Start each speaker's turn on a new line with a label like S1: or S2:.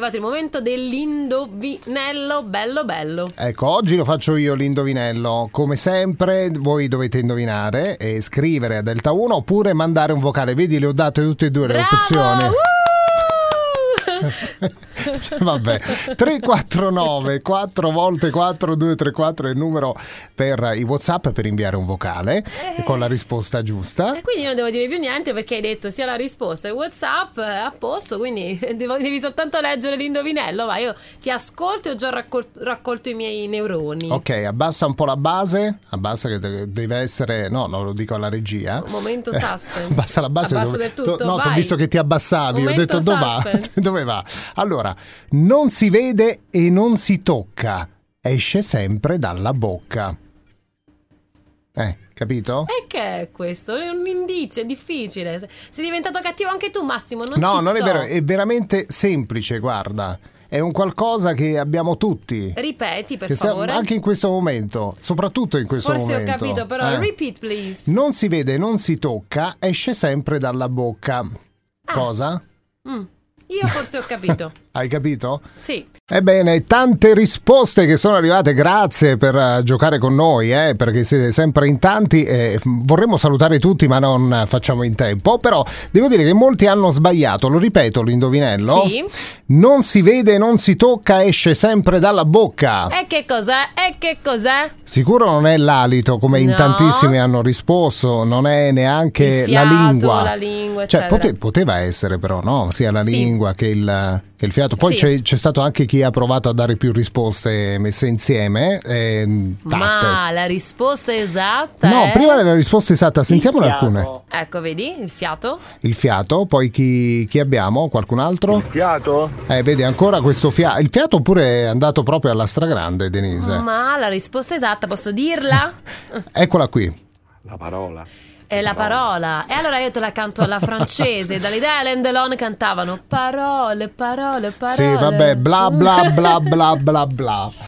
S1: arrivato il momento dell'indovinello bello bello.
S2: Ecco, oggi lo faccio io l'indovinello. Come sempre, voi dovete indovinare e scrivere a Delta 1 oppure mandare un vocale. Vedi, le ho date tutte e due le opzioni.
S1: Bravo! Woo!
S2: Cioè, Vabbè, 349 4 volte 4234 è il numero per i WhatsApp per inviare un vocale
S1: Eh.
S2: con la risposta giusta.
S1: e quindi non devo dire più niente perché hai detto sia la risposta e WhatsApp eh, a posto, quindi devo- devi soltanto leggere l'indovinello, vai, io ti ascolto e ho già raccol- raccolto i miei neuroni.
S2: Ok, abbassa un po' la base, abbassa che de- deve essere, no, no, lo dico alla regia.
S1: Un momento suspense.
S2: Eh, Abbassa la base.
S1: Abbasso
S2: dove-
S1: del tutto,
S2: to- no, ti ho
S1: vai.
S2: visto che ti abbassavi, ho
S1: Momento
S2: detto dove va?
S1: suspense.
S2: dove va? Allora, non si vede e non si tocca, esce sempre dalla bocca. Eh, capito?
S1: E che è questo? È un indizio, è difficile. Sei diventato cattivo anche tu, Massimo. Non
S2: no,
S1: ci
S2: non è
S1: sto.
S2: vero, Eh, è veramente semplice, guarda. È un qualcosa che abbiamo tutti.
S1: Ripeti, per
S2: Che sta-
S1: favore.
S2: anche in questo momento, soprattutto in questo
S1: Forse ho
S2: momento.
S1: capito, però
S2: Eh.
S1: repeat please.
S2: Non si vede, non si tocca, esce sempre dalla bocca.
S1: Ah.
S2: Cosa?
S1: Mm. Io forse ho capito.
S2: Hai capito?
S1: Sì.
S2: Ebbene, tante risposte che sono arrivate, grazie per eh, giocare con noi, eh, perché siete sempre in tanti, e, mm, vorremmo salutare tutti ma non eh, facciamo in tempo, però devo dire che molti hanno sbagliato, lo ripeto l'indovinello,
S1: Sì.
S2: non si vede, non si tocca, esce sempre dalla bocca,
S1: E che cos'è? E che cos'è?
S2: sicuro non è l'alito come in
S1: No.
S2: tantissimi hanno risposto, non è neanche
S1: Il fiato,
S2: la lingua.
S1: la lingua,
S2: Cioè,
S1: eccetera.
S2: pote- poteva essere però, no? Sia la
S1: Sì.
S2: lingua che il, che il fiato. Poi
S1: Sì.
S2: c'è, c'è stato anche chi ha provato a dare più risposte messe insieme. ehm, tante.
S1: Ma la risposta esatta
S2: No,
S1: è...
S2: prima della risposta esatta, sentiamone
S3: Il fiato.
S2: alcune.
S1: Ecco, vedi? Il fiato?
S2: Il fiato, poi chi, chi abbiamo? Qualcun altro?
S3: Fiato?
S2: Eh, vedi ancora questo fiato. Il fiato pure è andato proprio alla stragrande, Denise.
S1: Ma la risposta esatta, posso dirla?
S2: Eccola qui.
S3: La parola.
S1: È la parola. E allora io te la canto alla francese. Dall'idea Alain Delon cantavano parole, parole, parole.
S2: Sì, vabbè, bla bla bla bla bla bla.